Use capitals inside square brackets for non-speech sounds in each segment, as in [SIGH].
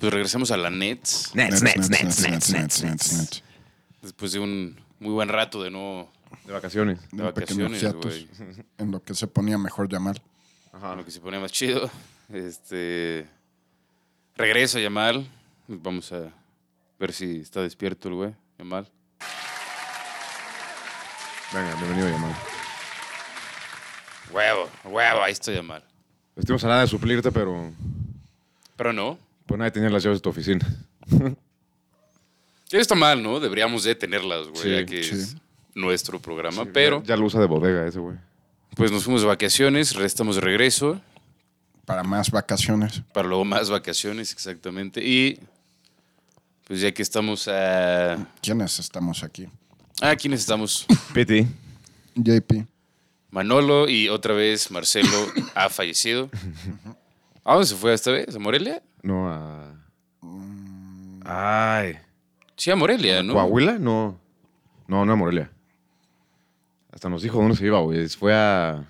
Pues regresamos a la Nets. Nets, Nets, Nets, Nets, Nets, Nets. Después de un muy buen rato de no. De vacaciones. De Un pequeño vacaciones, hiatus [LAUGHS] en lo que se ponía mejor llamar. Ajá. Lo que se pone más chido. Este. Regresa Yamal. Vamos a ver si está despierto el güey. Yamal. Venga, bienvenido, Yamal. Huevo, huevo, ahí está Yamal. Estuvimos Pues a nada de suplirte, pero Pero no. pues nadie tenía las llaves de tu oficina. Él está mal, ¿no? Deberíamos de tenerlas, güey, Sí, ya que sí. es nuestro programa. pero, Ya, ya lo usa de bodega ese, güey. pues nos fuimos de vacaciones, restamos de regreso. Para más vacaciones. Para luego más vacaciones, exactamente. Y pues ya que estamos a... ¿Quiénes estamos aquí? Ah, ¿quiénes estamos? Piti. JP. Manolo y otra vez Marcelo ha fallecido. ¿A dónde se fue esta vez? ¿A Morelia? No, a... Ay. Sí, a Morelia, ¿no? ¿Coahuila? No. No, no a Morelia. Hasta nos dijo dónde se iba, güey. Fue a...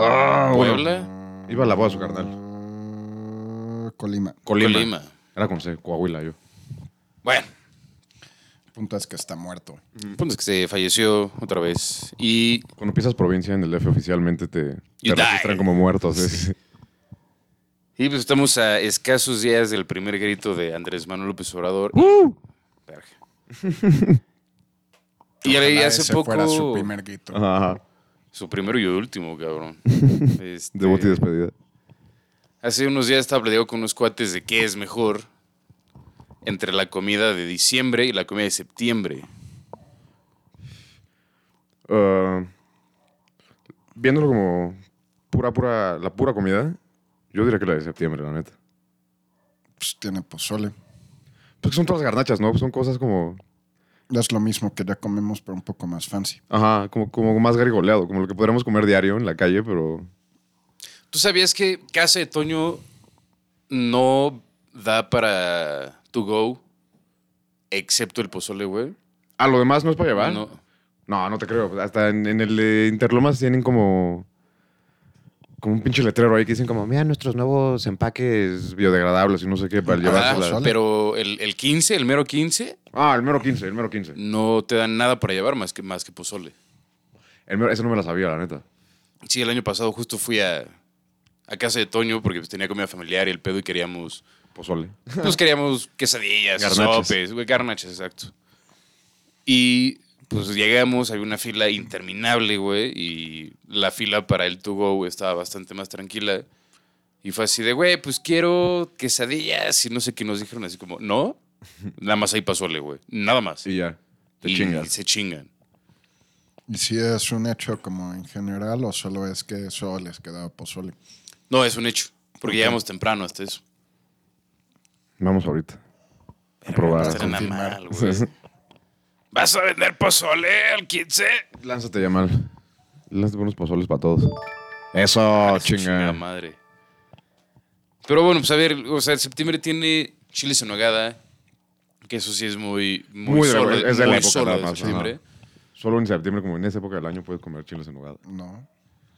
Ah, bueno. Puebla, Iba a la boda de su carnal. Uh, Colima. Colima. Colima. Era con C, Coahuila, yo. Bueno, Punto es que está muerto. el punto es que se falleció otra vez. Y Cuando pisas provincia en el DF oficialmente te, You die. te registran como muertos. ¿eh? Y pues estamos a escasos días del primer grito de Andrés Manuel López Obrador. Verga. y Ojalá ahí hace ese poco. fuera su su, primer grito. [LAUGHS] Ajá. primero y último, cabrón. Este, Debut y despedida. hace unos días estaba platicando con unos cuates de qué es mejor entre la comida de diciembre y la comida de septiembre. Ah, viéndolo como pura, pura, la pura comida, yo diría que la de septiembre, la neta. Pues tiene pozole. Pues son todas garnachas, ¿no? Son cosas como, Es lo mismo que ya comemos, pero un poco más fancy. ajá, como, como más garigoleado, como lo que podríamos comer diario en la calle, pero ¿Tú sabías que Casa de Toño no da para to go excepto el pozole, güey? Ah, lo demás no es para llevar. No. No, no, te creo. Hasta en, en el de Interlomas tienen como. Como un pinche letrero ahí que dicen como, mira nuestros nuevos empaques biodegradables y no sé qué para Ajá, llevarse la- sale. pero el, el 15, el mero 15, Ah, el mero 15, el mero 15. no te dan nada para llevar más que, más que pozole. El mero- ese no me la sabía, la neta. Sí, el año pasado justo fui a, a casa de Toño porque pues, tenía comida familiar y el pedo y queríamos, Pozole. pues queríamos quesadillas, Garnachas. sopes, güey, garnachas, exacto. Y pues llegamos, había una fila interminable, güey, y la fila para el to go estaba bastante más tranquila. Y fue así de, güey, pues quiero quesadillas y no sé qué nos dijeron, así como, no, nada más hay pozole, güey, nada más. Y [LAUGHS] ya. Te y chingas. se chingan. ¿Y si es un hecho como en general o solo es que solo les quedaba pozole? No, es un hecho. Porque llegamos temprano hasta eso. Vamos ahorita. A probar. Estará nada confirmar. mal, güey. [LAUGHS] ¿Vas a vender pozole al 15? Lánzate, Yamal. Lánzate unos pozoles para todos. Eso, Chingada Ah, chinga. madre. Pero bueno, pues a ver, o sea, septiembre tiene chiles en nogada, que eso sí es muy, muy, Muy de- solo, es de la muy época solo nada de más, septiembre. ajá. Solo en septiembre, como en esa época del año, puedes comer chiles en nogada. No.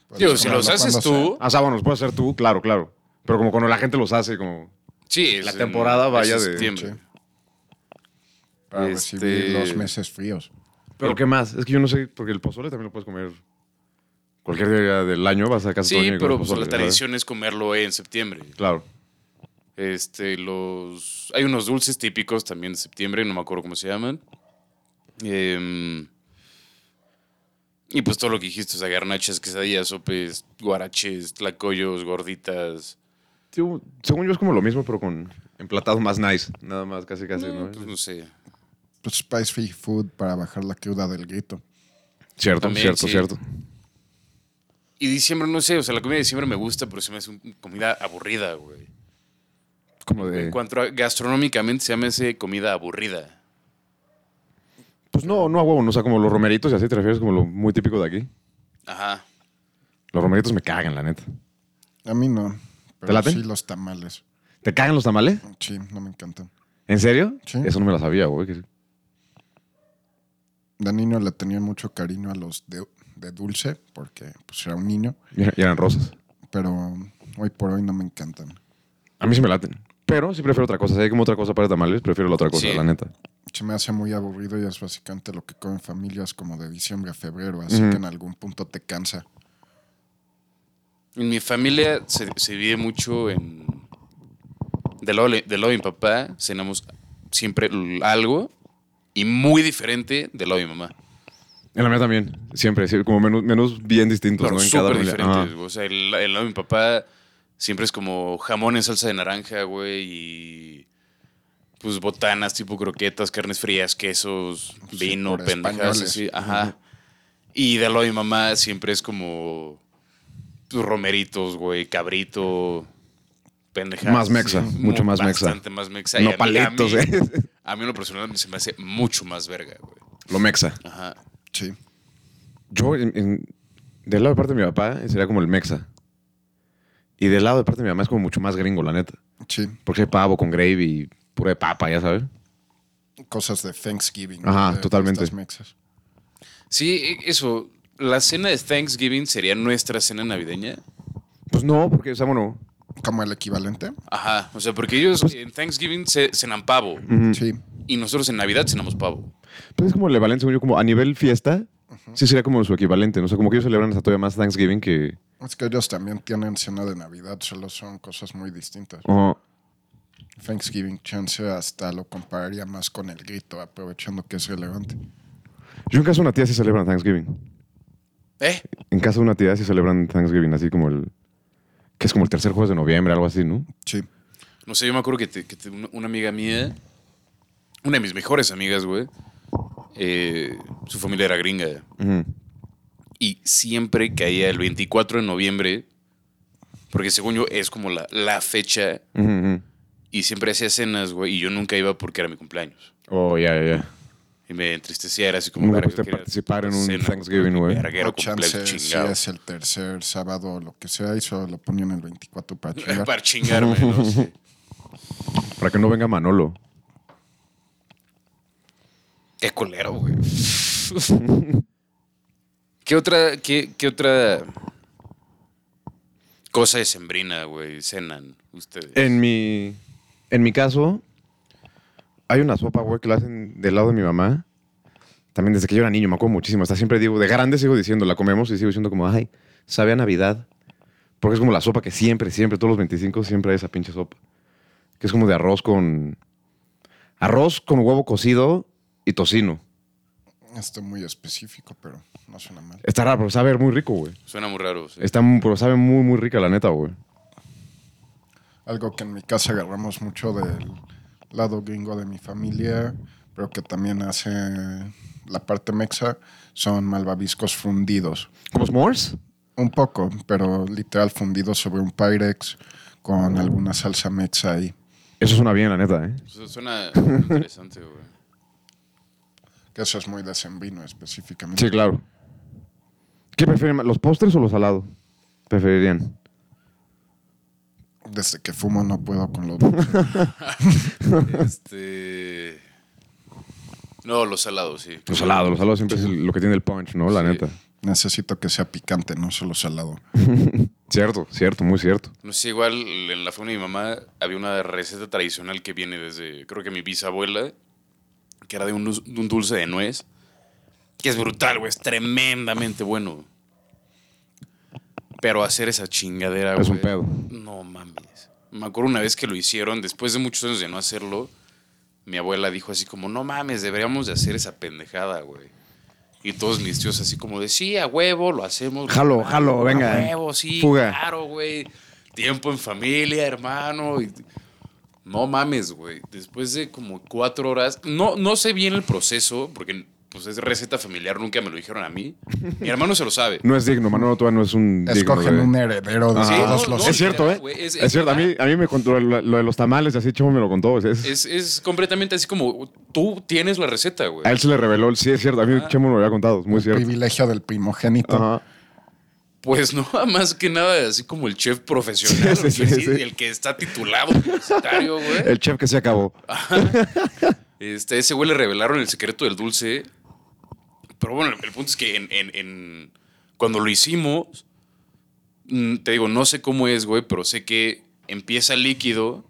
Pues, Digo, Puedes si los comerlo haces cuando tú, Ah, sábanos, puedes hacer tú, claro, claro. Pero como cuando la gente los hace, como. sí, es La en- temporada es vaya en de- septiembre. Sí. sea, Para recibir Este- los meses fríos. ¿Pero qué más? Es que yo no sé, porque el pozole también lo puedes comer cualquier día del año, vas a casa de Sí, Toño y comes pero pues pozole, la ¿sabes? tradición es comerlo en septiembre. Claro. Este, los. Hay unos dulces típicos también de septiembre, no me acuerdo cómo se llaman. Em, y pues todo lo que dijiste, o sea, garnachas, quesadillas, sopes, guaraches, tlacoyos, gorditas. Sí, u- según yo es como lo mismo, pero con emplatado más nice. Nada más, casi, casi, ¿no? Pues no sé. Pues spicy food para bajar la cruda del grito. Cierto, También, cierto, sí. cierto. Y diciembre, no sé, o sea, la comida de diciembre me gusta, pero se me hace un- comida aburrida, güey. Como de. En cuanto a gastronómicamente se me hace comida aburrida. Pues no, no a huevo, no, o sea, como los romeritos y así te refieres, como lo muy típico de aquí. Ajá. Los romeritos me cagan, la neta. A mí no. Pero laten? sí los tamales. ¿Te cagan los tamales? Sí, no me encantan. ¿En serio? Sí. Eso no me la sabía, güey. que- De niño le tenía mucho cariño a los de, de dulce, porque pues era un niño, Y eran rosas. pero hoy por hoy no me encantan. A mí sí me laten. Pero sí prefiero otra cosa. Si hay como otra cosa para tamales, prefiero la otra cosa, Sí. la neta. Se me hace muy aburrido y es básicamente lo que comen familias como de diciembre a febrero, así Ujú. que en algún punto te cansa. En mi familia se, se divide mucho en. Del lado, de del lado de mi papá, cenamos siempre l- algo y muy diferente del lado de mi mamá. En la mía también. Siempre. sí, como menús, menús bien distintos, Pero ¿no? En cada súper familia. diferentes. Ajá. güey. O sea, el, el lado de mi papá siempre es como jamón en salsa de naranja, güey, y. Pues botanas tipo croquetas, carnes frías, quesos, Sí, vino, por pendejadas. españoles. así, Ajá. Y del lado de mi mamá siempre es como. pues, romeritos, güey, cabrito, pendejadas. Más mexa, mucho más mexa. Bastante más mexa. y a No mí- paletos, a mí, ¿eh? a mí en lo personal se me hace mucho más verga, güey. Ah. Lo mexa. Ajá. Sí. Yo, en- en- del lado de parte de mi papá, sería como el mexa. Y del lado de parte de mi mamá es como mucho más gringo, la neta. Sí. Porque hay pavo con gravy y puré de papa, ya sabes. Cosas de Thanksgiving. Ajá, de- de totalmente. estas mexas. Sí, e- eso. La cena de Thanksgiving sería nuestra cena navideña. Pues no, porque, o sea, bueno, Como el equivalente. Ajá. O sea, porque ellos en Thanksgiving ce- cenan pavo. Sí. Y nosotros en Navidad cenamos pavo. pues es como el equivalente, según yo, como a nivel fiesta, sí sería como su equivalente. No sé, como que ellos celebran hasta todavía más Thanksgiving que... Es que ellos también tienen cena de Navidad, solo son cosas muy distintas. Ajá. Thanksgiving chance hasta lo compararía más con el grito, aprovechando que es relevante. Yo en casa de una tía sí celebran Thanksgiving. ¿Eh? En casa de una tía sí celebran Thanksgiving, así como el... Que es como el tercer jueves de noviembre, algo así, ¿no? Sí. No sé, yo me acuerdo que, te- que te- una- una amiga mía, una de mis mejores amigas, güey, eh, su familia era gringa. Ujú. y siempre caía el 24 de noviembre, porque según yo es como la, la fecha, Ujú, ujú. y siempre hacía cenas, güey, y yo nunca iba porque era mi cumpleaños. Oh, ya, ya, ya. Y me entristecía, era así como... Nunca verga, pudiste yo quería participar en un cena, Thanksgiving, güey. Verguero O chance cumpleaños si chingado. es el tercer sábado o lo que sea, y solo lo ponían el 24 para chingar. [LAUGHS] [LAUGHS] Para chingarme, ¿no? [LAUGHS] Sí. Para que no venga Manolo. Qué culero, güey. [LAUGHS] ¿Qué otra, qué, qué otra cosa de sembrina, güey, cenan ustedes? En mi, en mi caso, hay una sopa, güey, que la hacen del lado de mi mamá. También desde que yo era niño, me acuerdo muchísimo. Hasta siempre digo, de grande sigo diciendo, la comemos y sigo diciendo como, ay, sabe a Navidad. Porque es como la sopa que siempre, siempre, todos los 25 siempre hay esa pinche sopa. Que es como de arroz con... Arroz con huevo cocido y tocino. Esto muy específico, pero no suena mal. Está raro, pero sabe muy rico, güey. Suena muy raro. sí. Está, mu- pero sabe muy, muy rica, la neta, güey. Algo que en mi casa agarramos mucho del lado gringo de mi familia, pero que también hace la parte mexa, son malvaviscos fundidos. ¿Como s'mores? Un poco, pero literal fundido sobre un Pyrex con alguna salsa mexa ahí. Eso suena bien, la neta, ¿eh? Su- Suena interesante, güey. Que eso es muy de sembrino específicamente. Sí, claro. ¿Qué prefieren más, los postres o los salados? Preferirían. Desde que fumo no puedo con los... [LAUGHS] Este. No, los salados, sí. Los salados, los salados siempre es lo que tiene el punch, ¿no? La Sí. neta. Necesito que sea picante, no solo salado. Cierto, cierto, muy cierto. No sé, igual en la familia de mi mamá había una receta tradicional que viene desde, creo que mi bisabuela, que era de un, dulce- de un dulce de nuez, que es brutal, güey, es tremendamente bueno. Pero hacer esa chingadera, Es un güey, pedo. No mames. Me acuerdo una vez que lo hicieron, después de muchos años de no hacerlo, mi abuela dijo así como, no mames, deberíamos de hacer esa pendejada, güey. Y todos mis tíos así como de, sí, a huevo, lo hacemos. Jalo, güey, jalo, a venga, eh, huevo, sí, fuga. claro, güey. Tiempo en familia, hermano. y- No mames, güey. Después de como cuatro horas, no, no sé bien el proceso, porque pues es receta familiar, nunca me lo dijeron a mí. [LAUGHS] Mi hermano se lo sabe. No es digno, Manolo Tuan no es un digno. Escogen güey. un heredero de Ajá. todos no, los... no, es cierto, literal, ¿eh? güey, es, es- cierto, a mí, a mí me contó lo, lo de los tamales, así Chimo me lo contó. es- es- Es, es completamente así como tú tienes la receta, güey. a él se le reveló, el- sí, es cierto, a mí Chemo me lo había contado, es muy cierto. privilegio del primogénito. Ajá. Pues no, [LAUGHS] más que nada, así como el chef profesional, Sí, sí, el que sí, sí- sí. el que está titulado universitario, güey. El chef que se acabó. Este, ese güey le revelaron el secreto del dulce. Pero bueno, el punto es que en, en- en- cuando lo hicimos, mm, te digo, no sé cómo es, güey, pero sé que empieza líquido.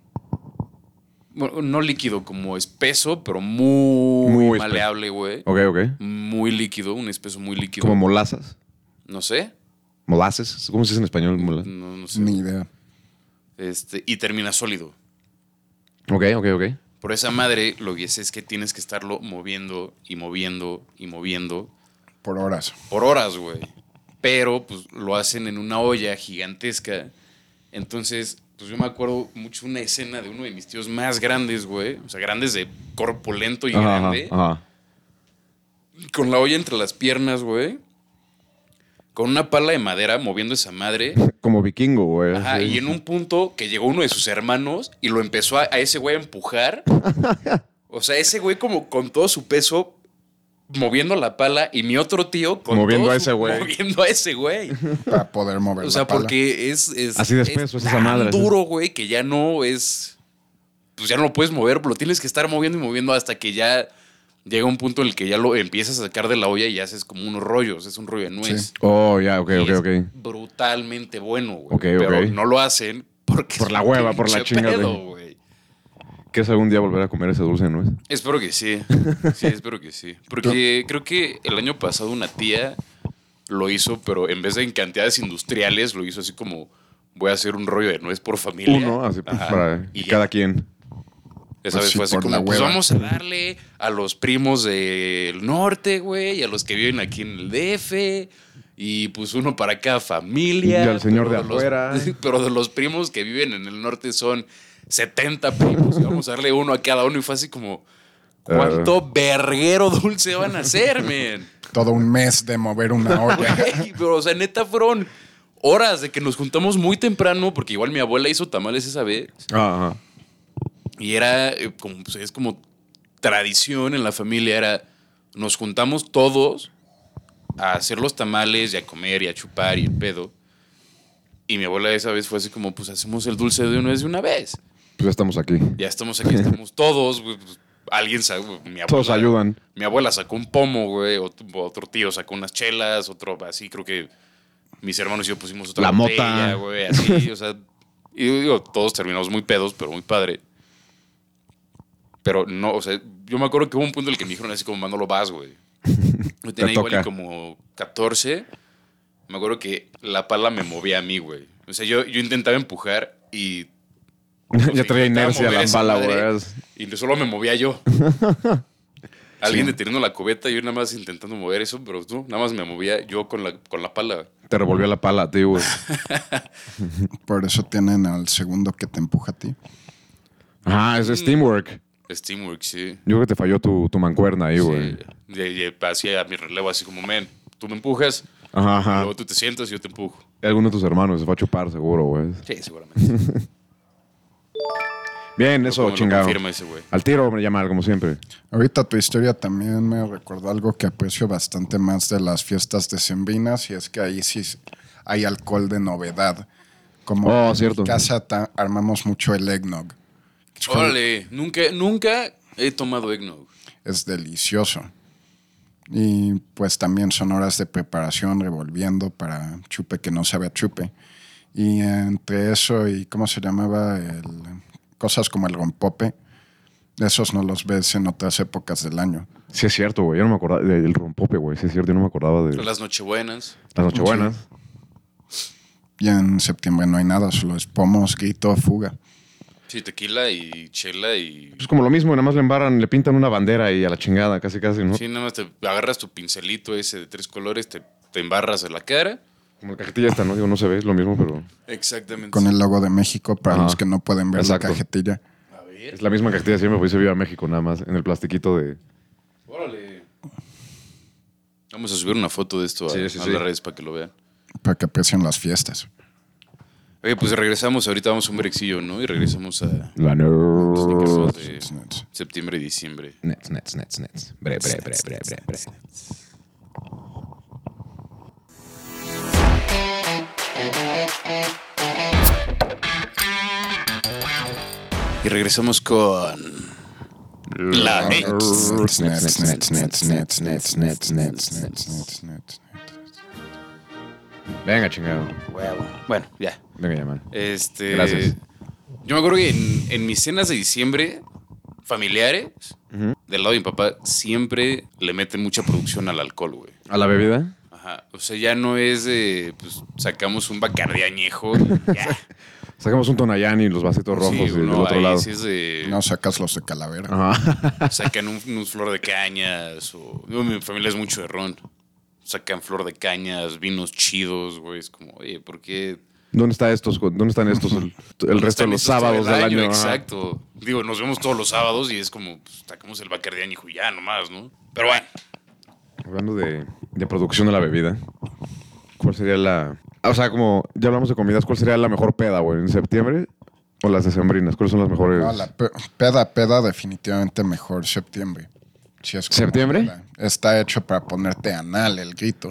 Bueno, no líquido, como espeso, pero muy, Muy espeso. maleable, güey. Ok, ok. Muy líquido, un espeso muy líquido. Como molazas. No sé. Molaces. ¿Cómo se dice en español? Mola- No, no sé. Pues, Ni idea. Este, y termina sólido. Mm. Ok, ok, ok. Por esa madre, lo que es es que tienes que estarlo moviendo y moviendo y moviendo Por horas. por horas, güey. Pero pues lo hacen en una olla gigantesca. Entonces, pues yo me acuerdo mucho una escena de uno de mis tíos más grandes, güey. O sea, grandes de corpulento y Ajá, ajá, grande. ajá. Con la olla entre las piernas, güey. Con una pala de madera moviendo esa [LAUGHS] madre. Como vikingo, güey. Ajá, así. y en un punto que llegó uno de sus hermanos y lo empezó a, a ese güey a [LAUGHS] empujar. O sea, ese güey como con todo su peso moviendo la pala y mi otro tío con Moviendo todo a su- ese [LAUGHS] güey. Moviendo a ese güey. Para poder [LAUGHS] mover O sea, la pala. porque es, es- Así de espeso es esa tan madre, sí. duro, güey, que ya no es pues ya no lo puedes mover, lo tienes que estar moviendo y moviendo hasta que ya llega un punto en el que ya lo empiezas a sacar de la olla y ya haces como unos rollos, es un rollo de nuez. Sí. Oh, ya, ok, Y ok, es ok. Brutalmente bueno, güey. Ok, pero ok. no lo hacen porque. Por es la un hueva, por la pinche chingada. pedo, güey. ¿Quieres algún día volver a comer ese dulce de nuez? Espero que [LAUGHS] sí. Sí, espero que sí. Porque creo que el año pasado una tía lo hizo, pero en vez de en cantidades industriales, lo hizo así como: voy a hacer un rollo de nuez por familia. Uno, así pues, Ajá. para Y ya. cada quien. Esa Pues vez sí, fue así por como, la pues hueva. vamos a darle a los primos del norte, güey, y a los que viven aquí en el DF, y pues uno para cada familia. Y al señor pero de los- afuera. [LAUGHS] pero de los primos que viven en el norte son 70 primos, y vamos a darle uno a cada uno, y fue así como, ¿cuánto verguero dulce van a hacer, men? [LAUGHS] Todo un mes de mover una olla. [LAUGHS] Güey, pero, o sea, neta, fueron horas de que nos juntamos muy temprano, porque igual mi abuela hizo tamales esa vez. Ah, ajá. Y era, eh, como, pues, es como tradición en la familia, era, nos juntamos todos a hacer los tamales y a comer y a chupar y el pedo. Y mi abuela esa vez fue así como, pues hacemos el dulce de una vez de una vez. Pues ya estamos aquí. Ya estamos aquí, estamos todos, güey, pues, alguien, sa- güey, mi abuela. Todos ayudan. Mi abuela sacó un pomo, güey, ot- otro, tío sacó unas chelas, otro así, creo que mis hermanos y yo pusimos otra La mota. botella, güey, así, o sea, y yo digo, todos terminamos muy pedos, pero muy padre. Pero no, o sea, yo me acuerdo que hubo un punto en el que me dijeron así como, Manolo, vas, [LAUGHS] güey. Yo tenía igual toca. y como 14, me acuerdo que la pala me movía a mí, güey. O sea, yo, yo intentaba empujar y... [LAUGHS] o sea, ya traía intentaba inercia mover la esa bala, madre. güey. Y solo me movía [LAUGHS] yo. Alguien deteniendo la cubeta y yo nada más intentando mover eso, pero tú nada más me movía yo con la, con la pala. Te revolvió la pala, tío, [LAUGHS] güey. Por eso tienen al segundo que te empuja a ti. Ajá, ese es teamwork. Steamwork, sí. Yo creo que te falló tu, tu mancuerna ahí, güey. Sí. Y, y hacía mi relevo así como, men, tú me empujas, Ajá, ajá. luego tú te sientas y yo te empujo. Alguno de tus hermanos se va a chupar, seguro, güey. Sí, [LAUGHS] seguramente. Bien, eso, Como lo chingado. confirma ese güey. Al tiro, hombre, llamar, como siempre. Ahorita tu historia también me recordó algo que aprecio bastante más de las fiestas decembrinas y es que ahí sí hay alcohol de novedad. Como Oh, en cierto. mi casa ta- armamos mucho el eggnog. Órale, nunca, nunca he tomado eggnog. Es delicioso. Y pues también son horas de preparación revolviendo para chupe que no sabe a chupe. Y entre eso y cómo se llamaba el- cosas como el rompope, esos no los ves en otras épocas del año. Sí, es cierto, güey. Yo no me acordaba del rompope, güey. Sí, es cierto, yo no me acordaba de las Las nochebuenas. Nochebuenas. Y en septiembre no hay nada, solo es pomos, grito, fuga. Sí, tequila y chela y... Es Pues como lo mismo, nada más le embarran, le pintan una bandera y a la chingada, casi, casi, ¿no? Sí, nada más te agarras tu pincelito ese de tres colores, te, te embarras en la cara. Como la cajetilla esta, ¿no? Digo, no se ve, es lo mismo, pero Exactamente. Con el logo de México para Ajá. los que no pueden ver Exacto. la cajetilla. A ver. es la misma cajetilla siempre, pues se vio a México nada más, en el plastiquito de... Órale. Vamos a subir una foto de esto a, Sí, sí, a sí. las redes para que lo vean. Para que aprecien las fiestas. Oye, pues regresamos, ahorita vamos a un brexillo, ¿no? Y regresamos a La Oh, Sneakers Nerds. de septiembre y diciembre. Nets, nets, nets, nets. Bre, bre, bre, bre, bre, bre. Y regresamos con. La Nerds. Nets, nets, nets, nets, nets, nets, nets, nets, nets, nets, nets. Venga, chingado. Bueno, ya. Venga, llamar. Este. Gracias. Yo me acuerdo que en, en mis cenas de diciembre, familiares, Ujú. del lado de mi papá, siempre le meten mucha producción al alcohol, güey. ¿A la bebida? Ajá. O sea, ya no es de, pues, sacamos un bacardí añejo. ya. Sacamos un Tonayán y los vasitos rojos Sí, de- del no, otro ahí lado. sí es de, No sacas los de calavera. [LAUGHS] Ajá. [LAUGHS] sacan un, un flor de cañas o... no, mi familia es mucho de ron. Sacan flor de cañas, vinos chidos, güey. Es como, oye, ¿por qué ¿Dónde, está estos, co- ¿Dónde están estos el, el resto Están de los listos todo sábados el del año? Ajá. Exacto. Digo, nos vemos todos los sábados y es como, pues, sacamos el Bacardi añejo y ya nomás, ¿no? Pero bueno, Hablando de, de producción de la bebida, ¿cuál sería la. ah, O sea, como ya hablamos de comidas, ¿cuál sería la mejor peda, güey? ¿En septiembre o las decembrinas? ¿Cuáles son las mejores? No, la pe- peda, peda, definitivamente mejor septiembre. Si es como ¿Septiembre? peda. Está hecho para ponerte anal el grito.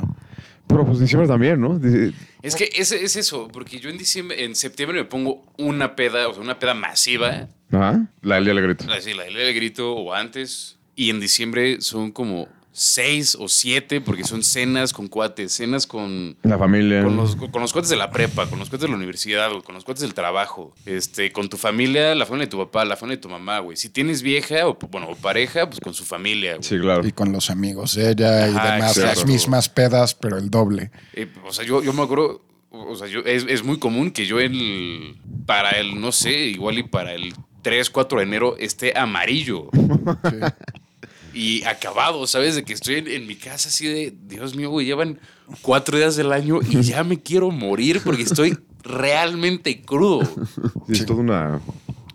Pero pues diciembre también, ¿no? Dice- es que es, es eso, porque yo en diciembre, en septiembre me pongo una peda, o sea, una peda masiva, Ajá. La del día del grito. así la del grito o antes, y en diciembre son como seis o siete, porque son cenas con cuates, cenas con... La familia. Con los, con los cuates de la prepa, con los cuates de la universidad, güey, con los cuates del trabajo, este, con tu familia, la familia de tu papá, la familia de tu mamá, güey. Si tienes vieja o, bueno, o pareja, pues con su familia, güey. Sí, claro. Y con los amigos de ella y Ajá, demás. exacto. Las mismas pedas, pero el doble. Eh, o sea, yo, yo me acuerdo, o sea, yo, es, es muy común que yo el, para el, no sé, igual y para el 3, 4 de enero esté amarillo Sí. y acabado, ¿sabes? De que estoy en, en mi casa así de, Dios mío, güey, llevan cuatro días del año y ya me quiero morir porque estoy realmente crudo. Sí, es toda una.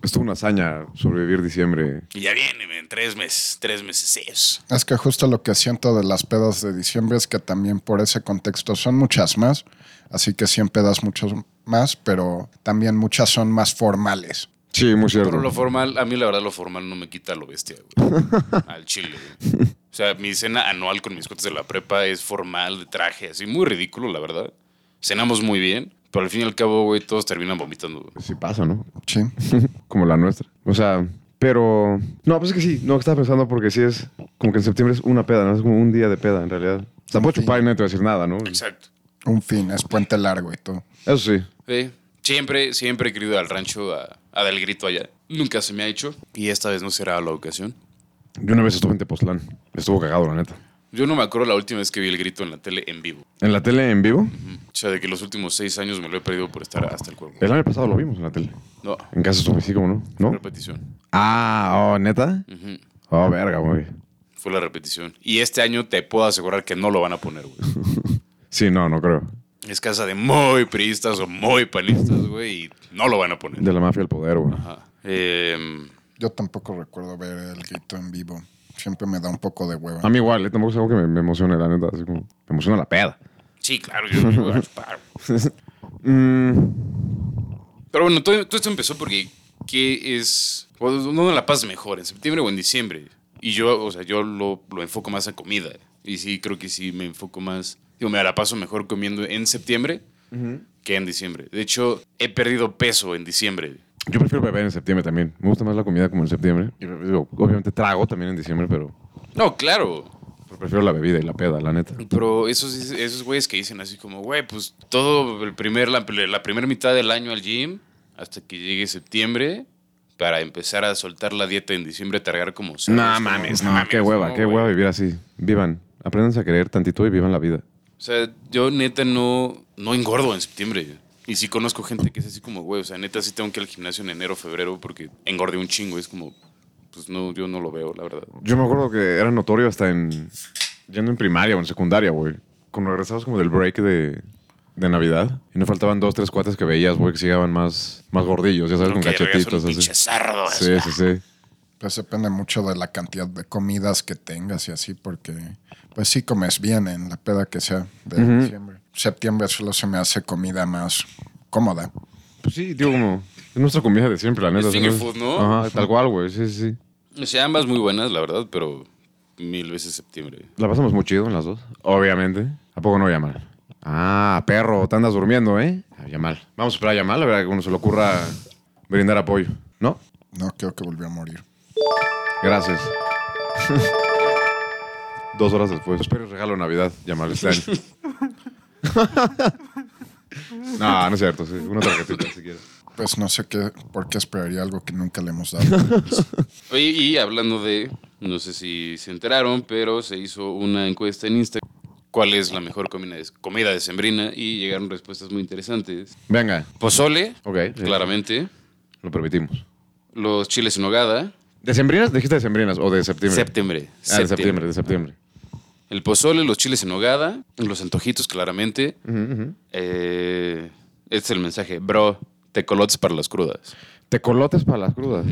Es toda una hazaña sobrevivir diciembre. Y ya viene, men, tres meses, tres meses es. Es que justo lo que siento de las pedas de diciembre es que también por ese contexto son muchas más, así que 100 pedas muchas más, pero también muchas son más formales. Sí, muy cierto. Pero lo formal, a mí la verdad lo formal no me quita lo bestia, güey. Al chile, güey. O sea, mi cena anual con mis cuates de la prepa es formal, de traje, así, muy ridículo, la verdad. Cenamos muy bien, pero al fin y al cabo, güey, todos terminan vomitando, güey. Sí pasa, ¿no? Sí, como la nuestra. O sea, pero... No, pues es que sí, no, estaba pensando porque sí es como que en septiembre es una peda, ¿no? Es como un día de peda en realidad. Tampoco Sí. chupar y no te va a decir nada, ¿no? Exacto. un fin, es puente largo y todo. Eso sí. Sí. Siempre, siempre he querido ir al rancho a, a dar el grito allá. Nunca se me ha hecho y esta vez no será la ocasión. Yo una vez estuve en Tepoztlán. Estuvo cagado, la neta. Yo no me acuerdo la última vez que vi el grito en la tele en vivo. ¿En la tele en vivo? O sea, de que los últimos seis años me lo he perdido por estar hasta el cuerpo. El año pasado lo vimos en la tele. No, En casa estuve así como no. ¿No? repetición. Ah, oh, ¿neta? pues, Ujú. Oh, verga, güey. Fue la repetición. Y este año te puedo asegurar que no lo van a poner, [LAUGHS] güey. Sí, no, no creo. Es casa de muy priistas o muy panistas, güey, y no lo van a poner. De la mafia al poder, güey. Ajá. Em, Yo tampoco recuerdo ver el grito en vivo. Siempre me da un poco de hueva. A mí igual, ¿eh? tampoco es algo que me, me emocione, la neta. Así como, me emociona la peda. sí, claro, yo yo voy a chupar. Mm, Pero bueno, todo, todo esto empezó porque ¿qué es? ¿Dónde la pasas mejor? ¿En septiembre o en diciembre? Y yo, o sea, yo lo, lo enfoco más a comida. Y sí, creo que sí me enfoco más. Digo, me la paso mejor comiendo en septiembre que en diciembre. De hecho, he perdido peso en diciembre. Yo prefiero beber en septiembre también. Me gusta más la comida como en septiembre. Y, digo, obviamente trago también en diciembre, pero, No, claro. pero prefiero la bebida y la peda, la neta. Pero esos, esos güeyes que dicen así como, güey, pues todo el primer, la, la primera mitad del año al gym, hasta que llegue septiembre, para empezar a soltar la dieta en diciembre, targar como... cerdos, No como- mames, no, qué hueva, no, qué güey. hueva vivir así. Vivan, apréndanse a querer tantito y vivan la vida. O sea, yo neta no, no engordo en septiembre. Y sí conozco gente que es así como, güey, o sea, neta sí tengo que ir al gimnasio en enero, febrero, porque engordé un chingo. Es como, pues no, yo no lo veo, la verdad. Yo me acuerdo que era notorio hasta en. yendo en primaria o en secundaria, güey. Cuando regresabas como del break de, de Navidad. Y no faltaban dos, tres cuates que veías, güey, que sí llegaban más, más gordillos, ya sabes, Creo con que regreso cachetitos. un Así. pinche sardo. así. Sí, sí, sí. Pues depende mucho de la cantidad de comidas que tengas y así, porque pues sí comes bien en la peda que sea de Ujú. diciembre. Septiembre solo se me hace comida más cómoda. Pues sí, digo, como. Es nuestra comida de siempre, la neta. Es finger ¿sabes? food, ¿no? Ajá, tal cual, güey. Sí, sí, sí. O sea, ambas muy buenas, la verdad, pero mil veces septiembre. La pasamos muy chido en las dos. Obviamente. ¿A poco no Yamal? Ah, perro, te andas durmiendo, ¿eh? A Yamal. Vamos a esperar a Yamal, a ver a uno se le ocurra brindar apoyo. ¿No? No creo que volvió a morir. Gracias. [LAUGHS] dos horas después. Espero el regalo de Navidad, Yamal, este año. [LAUGHS] no, no es cierto. sí, Una tarjetita, si quieres. Pues no sé qué, por qué esperaría algo que nunca le hemos [LAUGHS] dado. Oye, y hablando de, no sé si se enteraron, pero se hizo una encuesta en Instagram. ¿Cuál es la mejor comida, de, comida decembrina? Y llegaron respuestas muy interesantes. Venga. Pozole, Ok. sí. claramente. Lo permitimos. Los chiles en hogada. ¿Decembrinas? Dijiste decembrinas o de septiembre. Septiembre. Ah, de septiembre, de septiembre. El pozole, los chiles en hogada, los antojitos, claramente. Ujú, ujú. Eh, este es el mensaje. Bro, te colotes para las crudas. Tecolotes para las crudas.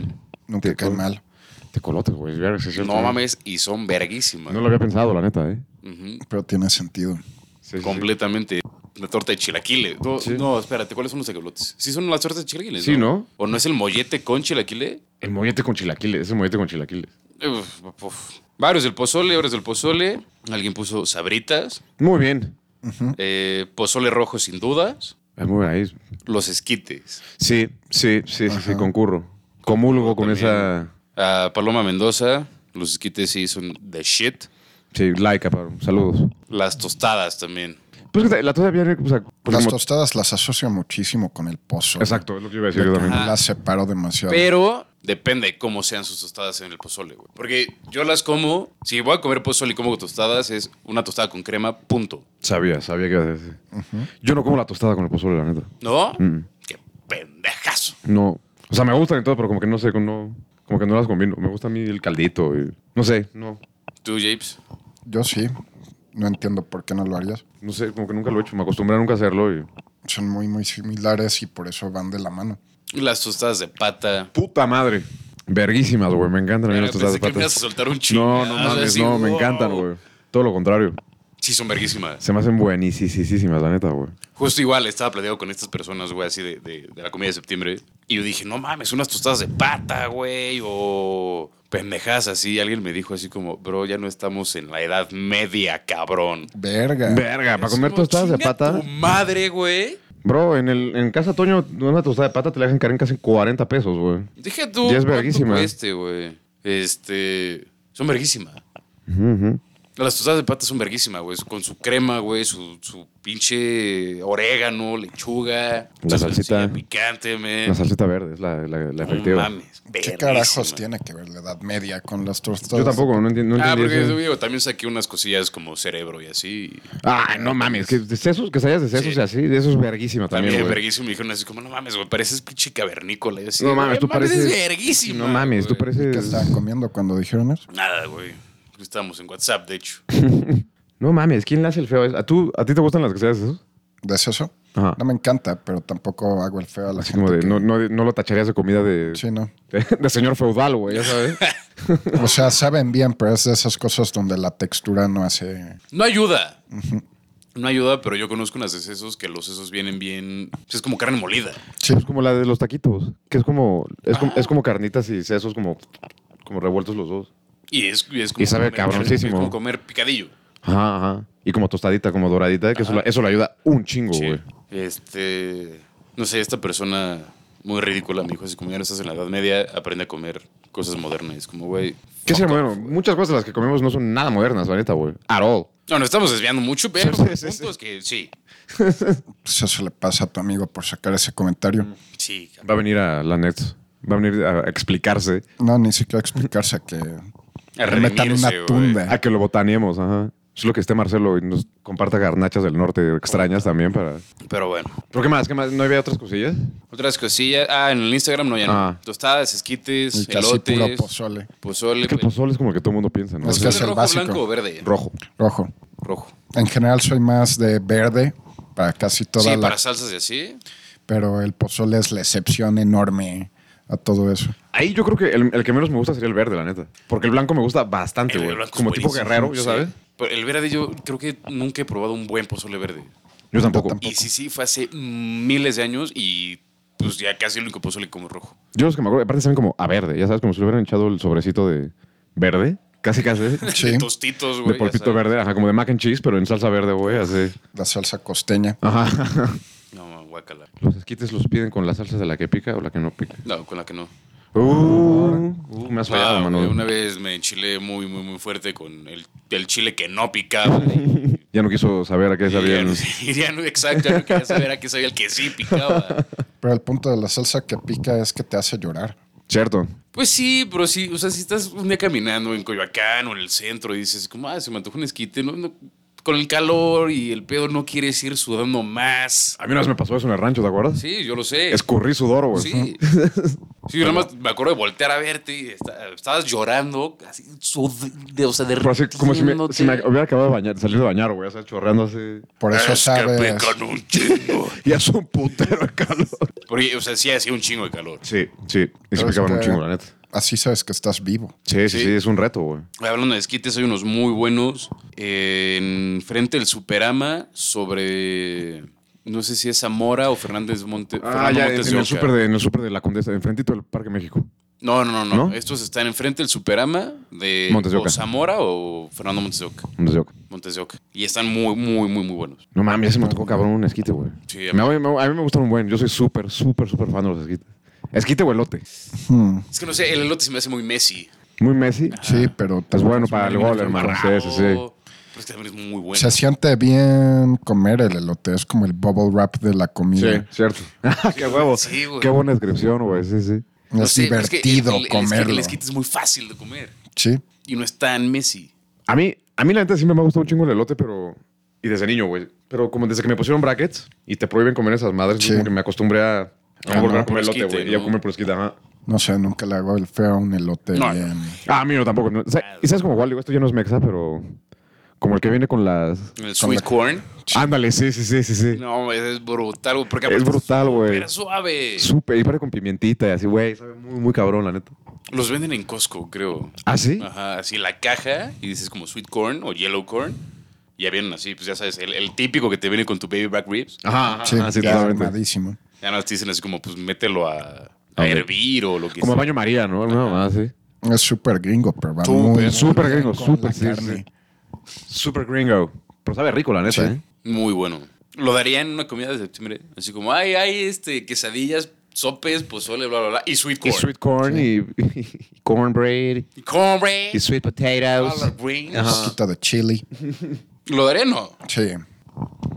nunca pues. cae mal. Tecolotes, güey. verga, sí es cierto, No eh. mames, y son verguísimas. No lo había pensado, la neta, ¿eh? Ujú. Pero tiene sentido. Sí, sí, sí. Completamente. La torta de chilaquiles. No, Sí. no, espérate, ¿cuáles son los tecolotes? Sí, son las tortas de chilaquiles. Sí, ¿no? ¿O no es el mollete con chilaquile? El mollete con chilaquiles. Ese mollete con chilaquiles. Uf, uf, uf. Varios del pozole, varios del pozole. Alguien puso sabritas. Muy bien. ¿Mm? eh, pozole rojo, sin dudas. Es muy ahí. Los esquites. Sí, sí, sí, sí, sí, concurro. Comulgo con También. esa. A Paloma Mendoza. Los esquites sí son the shit. Sí, laica, cabrón. Saludos. Las tostadas también. Pues que la toda viene. O sea, pues las como- tostadas las asocio muchísimo con el pozo. Exacto, es lo que iba a decir Yo yo también. las separo demasiado. Pero depende de cómo sean sus tostadas en el pozole, güey. Porque yo las como, si voy a comer pozole y como tostadas, es una tostada con crema, punto. Sabía, sabía que iba a decir. Yo no como la tostada con el pozole, la neta. ¿No? Mm. ¡Qué pendejazo! No. O sea, me gustan y todo, pero como que no sé, no, como que no las combino. Me gusta a mí el caldito. y- no sé, no. ¿Tú, Japes? Yo sí. No entiendo por qué no lo harías. No sé, como que nunca lo he hecho. Me acostumbré a nunca hacerlo y. Son muy, muy similares y por eso van de la mano. Las tostadas de pata. ¡Puta madre! Verguísimas, güey. Me encantan a mí Pero las tostadas pensé de que me ibas a patas. soltar un chingo. No, no mames, no, me encantan, güey. Todo lo contrario. Sí, son verguísimas. Se me hacen buenísimas, la neta, güey. Justo igual, estaba platicando con estas personas, güey, así de, de- de la comida de septiembre. Y yo dije, no mames, unas tostadas de pata, güey, o pendejadas así. Y alguien me dijo así como, bro, ya no estamos en la edad media, cabrón. Verga. Verga, para Es comer como, tostadas de "Chinga pata. Tu madre, güey. Bro, en, el, en Casa Toño, una tostada de pata te la dejan caer en casi 40 pesos, güey. Dije tú. Ya es ¿cuánto verguísima. cueste, güey. Este. Son verguísimas. Ujú, ujú. Las tostadas de pata son verguísimas, güey. Con su crema, güey, su, su pinche orégano, lechuga. La su salsita. salsilla picante, me. La salsita verde es la, la, la No efectiva. mames. ¿Qué verguísima. carajos tiene que ver la edad media con las tostadas? Yo tampoco, no entiendo. No Ah, entendí porque ese- digo, también saqué unas cosillas como cerebro y así. Ay, no mames, que de sesos, que salías de sesos Sí. y así, de eso es verguísima También, también. güey. verguísimo. Me dijeron así como, no mames, güey, pareces pinche cavernícola. Y así, no mames, "Güey, tú pareces. Es verguísima. No mames, tú güey". ¿Qué pareces. estaban comiendo cuando dijeron eso? Nada, güey. Estábamos en WhatsApp, de hecho. No mames, ¿quién le hace el feo? a eso? ¿A, tú, ¿A ti te gustan las que salías de sesos? ¿Deceso? Ajá. No me encanta, pero tampoco hago el feo a la Así gente. como de, que- no, no, no lo tacharías de comida de, Sí, no. [LAUGHS] de, señor feudal, güey, ya sabes. O sea, saben bien, pero es de esas cosas donde la textura no hace... No ayuda. No ayuda, pero yo conozco unas de sesos que los sesos vienen bien. pues, Es como carne molida. Sí. Es como la de los taquitos, que es como, es como, es como carnitas y sesos como, como revueltos los dos. Y es, y es como. Y sabe comer carne, cabroncísimo. Es como comer picadillo. Ajá, ajá. Y como tostadita, como doradita, que eso, la- eso le ayuda un chingo, Sí. güey. Este. No sé, esta persona muy ridícula me dijo: si como ya no estás en la Edad Media, aprende a comer cosas modernas. Es como, güey. ¿Qué fuck sería off. moderno? Muchas cosas de las que comemos no son nada modernas, la neta, güey. At all. No, nos estamos desviando mucho, pero Sí, el sí, sí. punto es que sí. Pues eso le pasa a tu amigo por sacar ese comentario. Sí, cabrón. Va a venir a la net. Va a venir a explicarse. No, ni siquiera explicarse que A le metan redimirse, una güey. tunda. A que lo botaniemos, ajá. Es lo que esté Marcelo y nos comparta garnachas del norte extrañas también para... Pero bueno. ¿Pero qué más? ¿Qué más? ¿No había otras cosillas? Otras cosillas. Ah, en el Instagram no, ya no. Ah. Tostadas, esquites, Y casi puro elotes, pozole. pozole. Es que el güey. pozole es como que todo el mundo piensa, ¿no? Es que ¿Pozole es el rojo, básico. blanco o verde? rojo. Rojo. Rojo. En general soy más de verde para casi toda sí, la... para salsas y así. Pero el pozole es la excepción enorme a todo eso. Ahí yo creo que el, el que menos me gusta sería el verde, la neta. Porque el blanco me gusta bastante, El güey. blanco es Como tipo buenísimo, guerrero, ya sí. sabes. Pero el verde yo creo que nunca he probado un buen pozole verde. Yo tampoco. tampoco. Y sí, sí, fue hace miles de años y pues ya casi el único pozole como rojo. Yo los que me acuerdo, aparte saben como a verde, ya sabes, como si le hubieran echado el sobrecito de verde. [LAUGHS] Casi, casi. Sí, De tostitos, güey. de ya polpito sabes. verde, ajá, como de mac and cheese, pero en salsa verde, güey, así. la salsa costeña. [LAUGHS] Ajá. No, no, guácala. Los esquites los piden con la salsa de la que pica o la que no pica. No, con la que no. Uh, me has fallado, Ah, Manuel. güey, una vez me enchilé muy, muy, muy fuerte con el, el chile que no picaba. y, [LAUGHS] Ya no quiso saber a qué y [LAUGHS] ya sabían. no- y ya no, exacto, ya no quería saber a qué sabía el que sí picaba. Pero el punto de la salsa que pica es que te hace llorar. Cierto. Pues sí, pero sí, o sea, si estás un día caminando en Coyoacán o en el centro y dices, como, ah, se me antoja un esquite, no, no, con el calor y el pedo no quieres ir sudando más. A mí una vez me pasó eso en el rancho, ¿te acuerdas? Sí, yo lo sé. Escurrí sudor, güey. Sí. Sí, yo nada más me acuerdo de voltear a verte y esta- estabas llorando, así, sud- de, o sea, Pero Pues así, como si me, derritiéndote. si me hubiera acabado de bañar, salir de bañar, güey. O sea, chorreando así. Por eso Es que sabes. pecan un chingo. Y hace un putero de calor. [LAUGHS] Porque, o sea, sí hacía un chingo de calor. Sí, sí. Y Pero se me es acaban un que- chingo, la neta. Así sabes que estás vivo. Sí, sí, Sí. sí, es un reto, güey. Hablando de esquites, hay unos muy buenos. eh, En frente del Superama, sobre. No sé si es Zamora o Fernández Monte. Fernando Ah, en, Montes de el Oca. súper de, en el súper de la Condesa, enfrentito del Parque México. No, no, no, no, ¿No? Estos están enfrente del Superama de Montes de o Oca. Zamora o Fernando Montes de Oca. Montes de Oca. Montes de Oca. Y están muy, muy, muy, muy buenos. No mames, ya se me tocó cabrón un esquite, güey. Sí, a Me- a, mí, me- a mí me gustan un buen. Yo soy súper, súper, súper fan de los esquites. Esquite o elote. Hmm, Es que no sé, el elote se me hace muy Messi. Muy Messi. Sí, Ah. pero te Es bueno vas para el muy gol, bien. hermano. Sí, sí, sí. Pero es que también es muy bueno. Se siente bien comer el elote. Es como el bubble wrap de la comida. Sí, cierto. [LAUGHS] Ah, Qué huevo. Sí, güey. Qué buena descripción, güey. Sí, sí. No Es sé, pero que el- divertido el- el esquite- comerlo. El esquite es muy fácil de comer. sí. Y no es tan Messi. A mí, a mí la neta siempre me ha gustado un chingo el elote, pero... Y desde niño, güey. Pero como desde que me pusieron brackets y te prohíben comer esas madres, Sí. yo como que me acostumbré a... a no no, volver a por comer elote, esquite, güey. ¿no? Y a comer por esquita, ajá. No sé, nunca le hago el feo a un elote No, bien. Ah, a mí no tampoco. no. O sea, y sabes como igual, digo, esto ya no es mexa, pero... Como el que viene con las... El sweet corn. Ándale, sí, sí, sí, sí, sí. No, es brutal, güey, porque es aparte brutal, güey. súper suave. Súper, y para con pimientita y así, güey. Sabe muy, muy cabrón, la neta. Los venden en Costco, creo. ¿Ah, sí? Ajá, así la caja y dices como sweet corn o yellow corn. Y ya vienen así, pues ya sabes, el, el típico que te viene con tu baby back ribs. Ajá, ajá, Sí, ajá, Ah, sí, ya totalmente. armadísimo. Ya nos dicen así como, pues mételo a, a Ok. hervir o lo que Como sea. baño María, ¿no? No, nada, sí. Es súper gringo, pero va Súper, muy bien súper gringo, con súper, la sí, carne. sí. Super gringo. Pero sabe rico, la neta, Sí. ¿eh? Muy bueno. Lo daría en una comida de septiembre. Así como, ay, hay este, quesadillas, sopes, pozole, bla, bla, bla. Y sweet corn. Y sweet corn y, y cornbread Y cornbread. y sweet potatoes. collard greens. Ajá. Poquito de chili. Lo daría, no. Sí.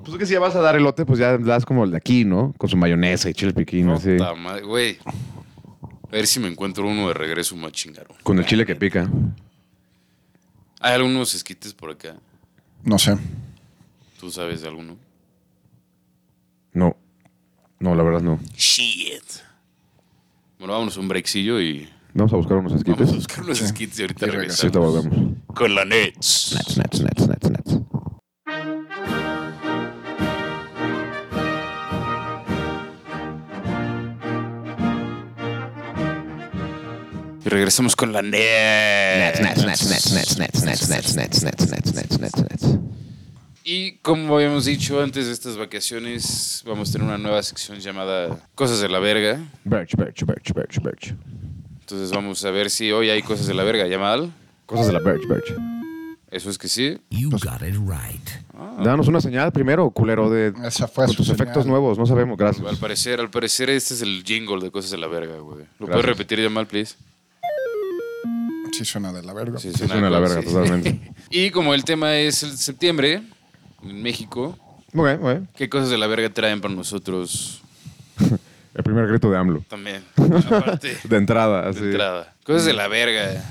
Pues es que si ya vas a dar elote, pues ya das como el de aquí, ¿no? Con su mayonesa y chile piquín, así. Puta madre, güey. A ver si me encuentro uno de regreso más chingarón. Con el chile que pica. Hay algunos esquites por acá. No sé. ¿Tú sabes de alguno? No. No, la verdad no. Shit. Bueno, vámonos a un breakcillo y Vamos a buscar unos vamos a esquites. buscar los esquites y ahorita Y regresamos. Ahorita regresamos. volvemos. Con la Nets. Nats, nats, nats, nats, nats. Y regresamos con la Nets. Y como habíamos dicho antes de estas vacaciones, vamos a tener una nueva sección llamada Cosas de la Verga. Birch, birch, birch, birch, birch. Entonces vamos a ver si hoy hay cosas de la verga. ¿Yamal? Cosas de la birch, birch. Eso es que sí. You got it right. Ah, Danos una señal primero, culero, de Esa fue con su tus efectos señal. nuevos. No sabemos, Al gracias. parecer, al parecer este es el jingle de Cosas de la Verga, güey. ¿Lo puedes Gracias. repetir, Yamal, please? Sí suena de la verga. Sí, Sí, suena a la verga, sí. [LAUGHS] totalmente. Y como el tema es el septiembre, en México, Ok, ok. ¿Qué cosas de la verga traen para nosotros El primer grito de AMLO. también? [LAUGHS] Aparte De entrada, así. de entrada. Cosas de la verga.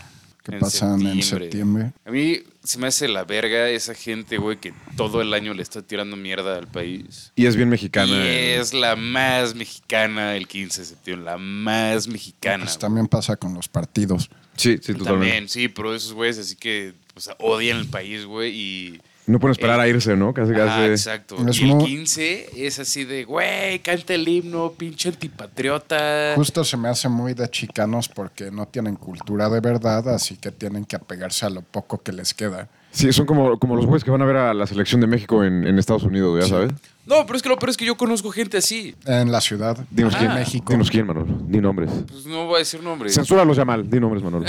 que en pasan en septiembre. A mí se me hace la verga esa gente, güey, que todo el año le está tirando mierda al país. Y es bien mexicana. Y eh. es la más mexicana el 15 de septiembre, la más mexicana. Pues güey. también pasa con los partidos. Sí, sí, también. totalmente. sí, pero esos güeyes así que o sea, odian el país, güey, y... No pueden esperar a irse, ¿no? Casi, Ah, casi. exacto. Es y el muy- 15 es así de, güey, canta el himno, pinche antipatriota. Justo se me hace muy de chicanos porque no tienen cultura de verdad, así que tienen que apegarse a lo poco que les queda. Sí, son como, como los güeyes que van a ver a la selección de México en, en Estados Unidos, ya sabes. No, pero es que lo peor es que yo conozco gente así. En la ciudad de Ah. Dinos quién. México. Dinos quién, Manolo. Di nombres. Pues no voy a decir nombres. Censura los Yamal. Di [LAUGHS] nombres, Manolo.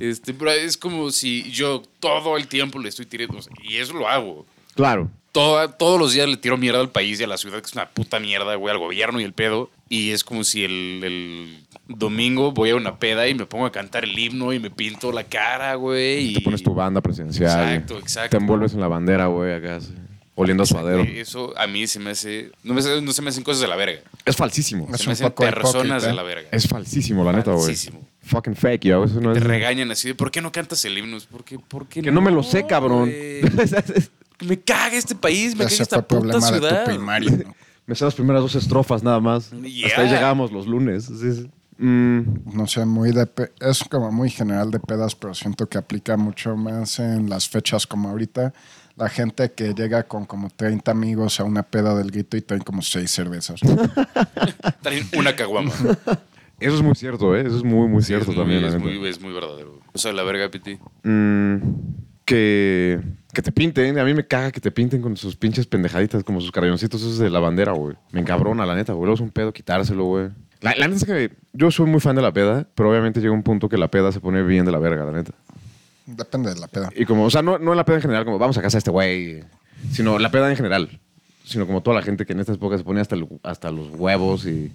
Este, pero es como si yo todo el tiempo le estoy tirando. o sea, Y eso lo hago. claro. Toda- todos los días le tiro mierda al país y a la ciudad, que es una puta mierda, güey, al gobierno y el pedo. Y es como si el, el domingo voy a una peda y me pongo a cantar el himno y me pinto la cara, güey. Y Te pones tu banda presidencial. Exacto, exacto. Te envuelves en la bandera, güey, acá. sí. oliendo a suadero. Eso a mí se me hace. No, me, no se me hacen cosas de la verga. Es falsísimo. Es se un me hacen poco personas hipócrita. de la verga. Es falsísimo, la neta, güey. Falsísimo. Fucking fake, yo. Eso no Te es... regañan así de ¿por qué no cantas el himno? ¿Por qué, por qué Que no me lo sé, cabrón. güey? me caga este país, me caga Ya se fue esta puta problema de tu ciudad. primaria. ¿no? [LAUGHS] Me sé las primeras dos estrofas nada más. Ya. Hasta ahí llegábamos los lunes. Así es. Mm, No sé, muy de pe- es como muy general de pedas, pero siento que aplica mucho más en las fechas como ahorita. La gente que llega con como 30 amigos a una peda del grito y traen como 6 [LAUGHS] cervezas. [LAUGHS] Traen una caguama. Eso es muy cierto, ¿eh? Eso es muy, muy cierto es también. Muy, la es, neta. muy, es muy verdadero. O sea, la verga, Piti. Mm, que, que te pinten. A mí me caga que te pinten con sus pinches pendejaditas, como sus crayoncitos esos de la bandera, güey. Me encabrona, la neta, güey. Luego es un pedo quitárselo, güey. La, la neta es que yo soy muy fan de la peda, pero obviamente llega un punto que la peda se pone bien de la verga, la neta. Depende de la peda. Y como, o sea, no, no la peda en general, como vamos a casa de este güey, sino la peda en general. Sino como toda la gente que en estas épocas se pone hasta, el- hasta los huevos y,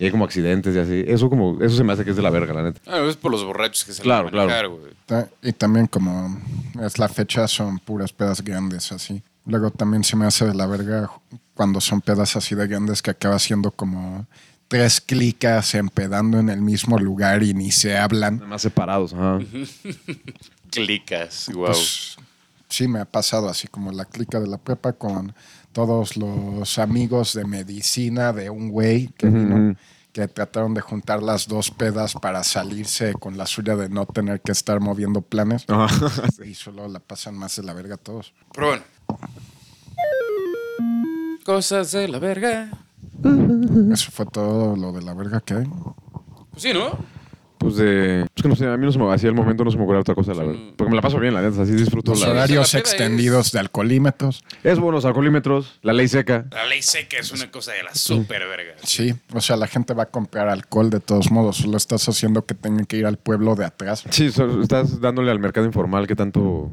y hay como accidentes y así. Eso como, eso se me hace que es de la verga, la neta. Ah, es por los borrachos que se Claro, claro, manejar, güey. Ta- Y también como es la fecha, son puras pedas grandes, así. Luego también se me hace de la verga cuando son pedas así de grandes que acaba siendo como tres clicas empedando en el mismo lugar y ni se hablan. Nada más separados, ajá. Clicas, wow. Pues, sí, me ha pasado así como la clica de la prepa con todos los amigos de medicina de un güey que vino, Ujú. que trataron de juntar las dos pedas para salirse con la suya de no tener que estar moviendo planes. [LAUGHS] Ajá. Y solo la pasan más de la verga todos. Pero bueno. Cosas de la verga. Eso fue todo lo de la verga que hay. Pues sí, ¿no? Pues de. Es que no sé, a mí no se me hacía el momento, no se me ocurre otra cosa, la verdad. Porque me la paso bien, la neta, así disfruto Los la- horarios la peda extendidos de alcoholímetros. Es bueno, los alcoholímetros, la ley seca. La ley seca es una cosa de la super verga. Sí, o sea, la gente va a comprar alcohol de todos modos. Solo estás haciendo que tengan que ir al pueblo de atrás. Sí, so- estás dándole al mercado informal que tanto.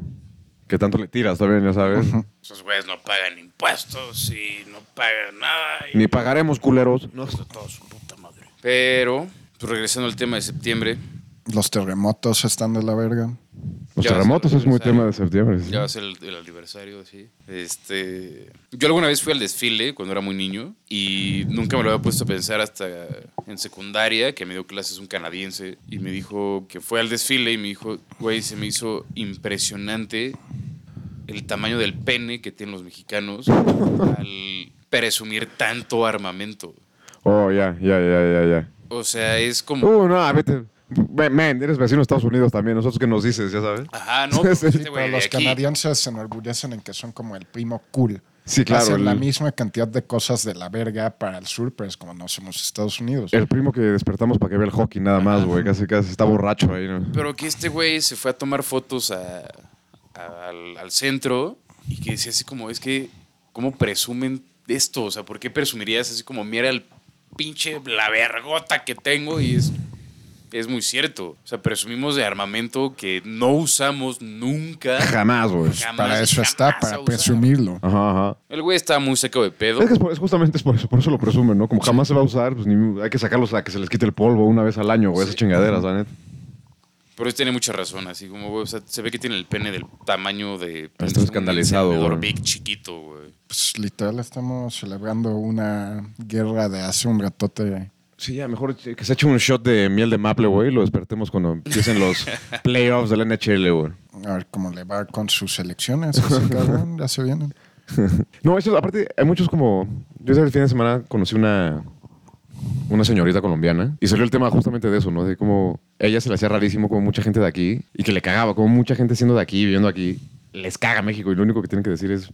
que tanto le tiras también, ya sabes. Esos güeyes no pagan impuestos y no pagan nada. y- Ni pagaremos, culeros. No. Todo su puta madre. Pero, pues regresando al tema de septiembre, Los terremotos están de la verga. Los Ya va a terremotos ser es muy aniversario. tema de septiembre. sí. ya va a ser el, el aniversario, sí. Este, yo alguna vez fui al desfile cuando era muy niño y nunca me lo había puesto a pensar hasta en secundaria, que me dio clases un canadiense y me dijo que fue al desfile y me dijo, güey, se me hizo impresionante el tamaño del pene que tienen los mexicanos al presumir tanto armamento. Oh, ya, ya, ya, ya, ya. O sea, es como... Uh, no, vete. Man, man, eres vecino de Estados Unidos también. Nosotros que nos dices, ya sabes. Ajá, no, pues, Sí, este Pero güey de los aquí. canadienses se enorgullecen en que son como el primo cool. Sí, claro, Hacen la el- misma cantidad de cosas de la verga para el sur, pero es como no somos Estados Unidos. El primo que despertamos para que vea el hockey nada más, güey. Casi, casi está borracho ahí, ¿no? Pero que este güey se fue a tomar fotos a- a- al, al centro y que decía así como, es que, ¿cómo presumen de esto? O sea, ¿por qué presumirías así como, mira el pinche, la vergota que tengo? Y es, es muy cierto. O sea, presumimos de armamento que no usamos nunca. Jamás, güey. Jamás, para eso jamás está, a para usar. presumirlo. Ajá, ajá. El güey estaba muy seco de pedo. Es que es por- es justamente es por eso, por eso lo presumen, ¿no? Como jamás se va a usar, pues ni, hay que sacarlos a que se les quite el polvo una vez al año, güey, esas chingaderas, la neta. Pero él tiene mucha razón, así como, güey, o sea, se ve que tiene el pene del tamaño de... Está escandalizado, un encendedor güey. Big chiquito, güey. Pues literal estamos celebrando una guerra de hace un ratote. Sí, ya, mejor que se eche un shot de miel de maple, güey, y lo despertemos cuando empiecen los playoffs del NHL, güey. A ver cómo le va con sus elecciones. [LAUGHS] Ese cabrón ya se vienen. No, eso, aparte, hay muchos como. Yo el fin de semana conocí una. Una señorita colombiana y salió el tema justamente de eso, ¿no? De cómo ella se le hacía rarísimo como mucha gente de aquí y que le cagaba, como mucha gente siendo de aquí, viviendo aquí, les caga México y lo único que tienen que decir es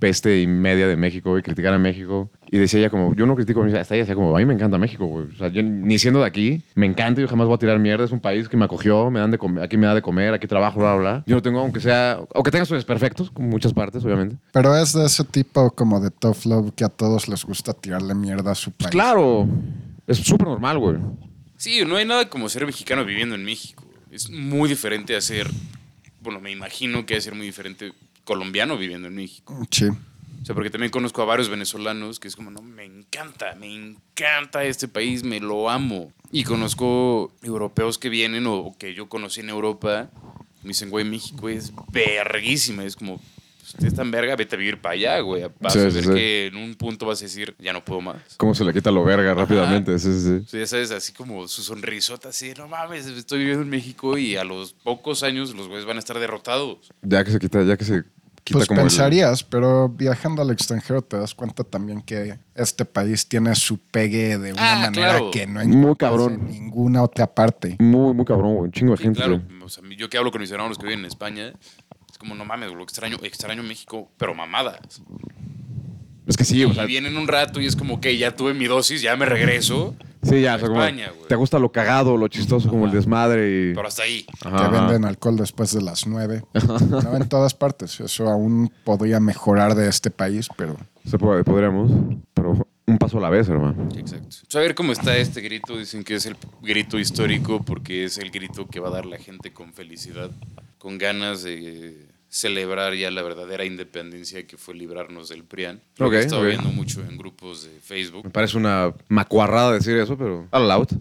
peste y media de México y criticar a México. Y decía ella como, yo no critico, a México. hasta ella decía como, a mí me encanta México, güey. O sea, yo ni siendo de aquí, me encanta, yo jamás voy a tirar mierda, es un país que me acogió, me dan de comer, aquí me da de comer, aquí trabajo, bla, bla, bla. Yo no tengo, aunque sea, aunque tenga sus desperfectos, como muchas partes, obviamente. Pero es de ese tipo como de tough love que a todos les gusta tirarle mierda a su país. Pues claro, es súper normal, güey. Sí, no hay nada como ser mexicano viviendo en México. Es muy diferente a ser, bueno, me imagino que a ser muy diferente colombiano viviendo en México. Sí. O sea, porque también conozco a varios venezolanos que es como, no, me encanta, me encanta este país, me lo amo. Y conozco europeos que vienen o que yo conocí en Europa, me dicen, güey, México es verguísima. Es como, pues, es tan verga, vete a vivir para allá, güey. Vas a Sí, ver sí, sí. que en un punto vas a decir, ya no puedo más. ¿Cómo se le quita lo verga rápidamente? Sí, sí, sí. Sí, ya sabes, así como su sonrisota, así, no mames, estoy viviendo en México y a los pocos años los güeyes van a estar derrotados. Ya que se quita, ya que se quita Pues como. el- pensarías, pero viajando al extranjero te das cuenta también que este país tiene su pegue de una Ah, manera claro. que no Muy encuentras cabrón. en ninguna otra parte. Muy, muy cabrón, güey. Un chingo de Y gente. claro, güey. o sea, yo que hablo con mis hermanos que viven en España, es como, no mames, lo extraño, extraño México, pero mamadas. Es que sí, o sea. Y vienen un rato y es como, que ya tuve mi dosis, ya me regreso, Sí, ya, o sea, como. España, güey. te gusta lo cagado, lo chistoso, como el desmadre y. pero hasta ahí. Ajá. Que venden alcohol después de las [LAUGHS] nueve. No en todas partes. Eso aún podría mejorar de este país, pero Se puede, podríamos, pero un paso a la vez, hermano. Exacto. O sea, a ver cómo está este grito. Dicen que es el grito histórico porque es el grito que va a dar la gente con felicidad, con ganas de celebrar ya la verdadera independencia que fue librarnos del PRIAN. Lo que Ok, he estado ok. viendo mucho en grupos de Me Facebook. parece una macuarrada decir eso, pero. All out.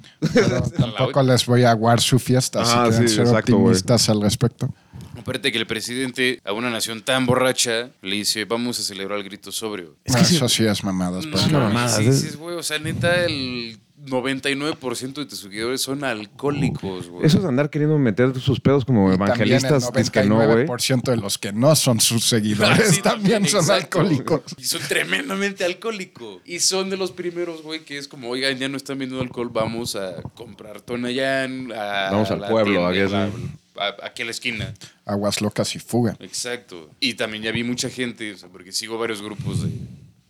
tampoco les voy a aguar su fiesta. Ah, si quieren sí, ser exacto, güey. optimistas al respecto. Aparte que el presidente a una nación tan borracha le dice, vamos a celebrar el grito sobrio. Ah, eso sí es mamadas. pues. No, pero- una mames, mamada, sí, es- sí, es, güey, o sea, neta, el 99% de tus seguidores son alcohólicos, güey. Eso es andar queriendo meter sus pedos como Y evangelistas, también es que no, el güey. 99% de los que no son sus seguidores [LAUGHS] Sí, también son exacto. alcohólicos. Y son tremendamente alcohólicos. Y son de los primeros, güey, que es como, oigan, ya no están viendo alcohol, vamos a comprar Tonayán. A, Vamos a al la pueblo, tienda, aquí es un- la- a- aquí a la esquina. Aguas locas y fuga. Exacto. Y también ya vi mucha gente, o sea, porque sigo varios grupos de...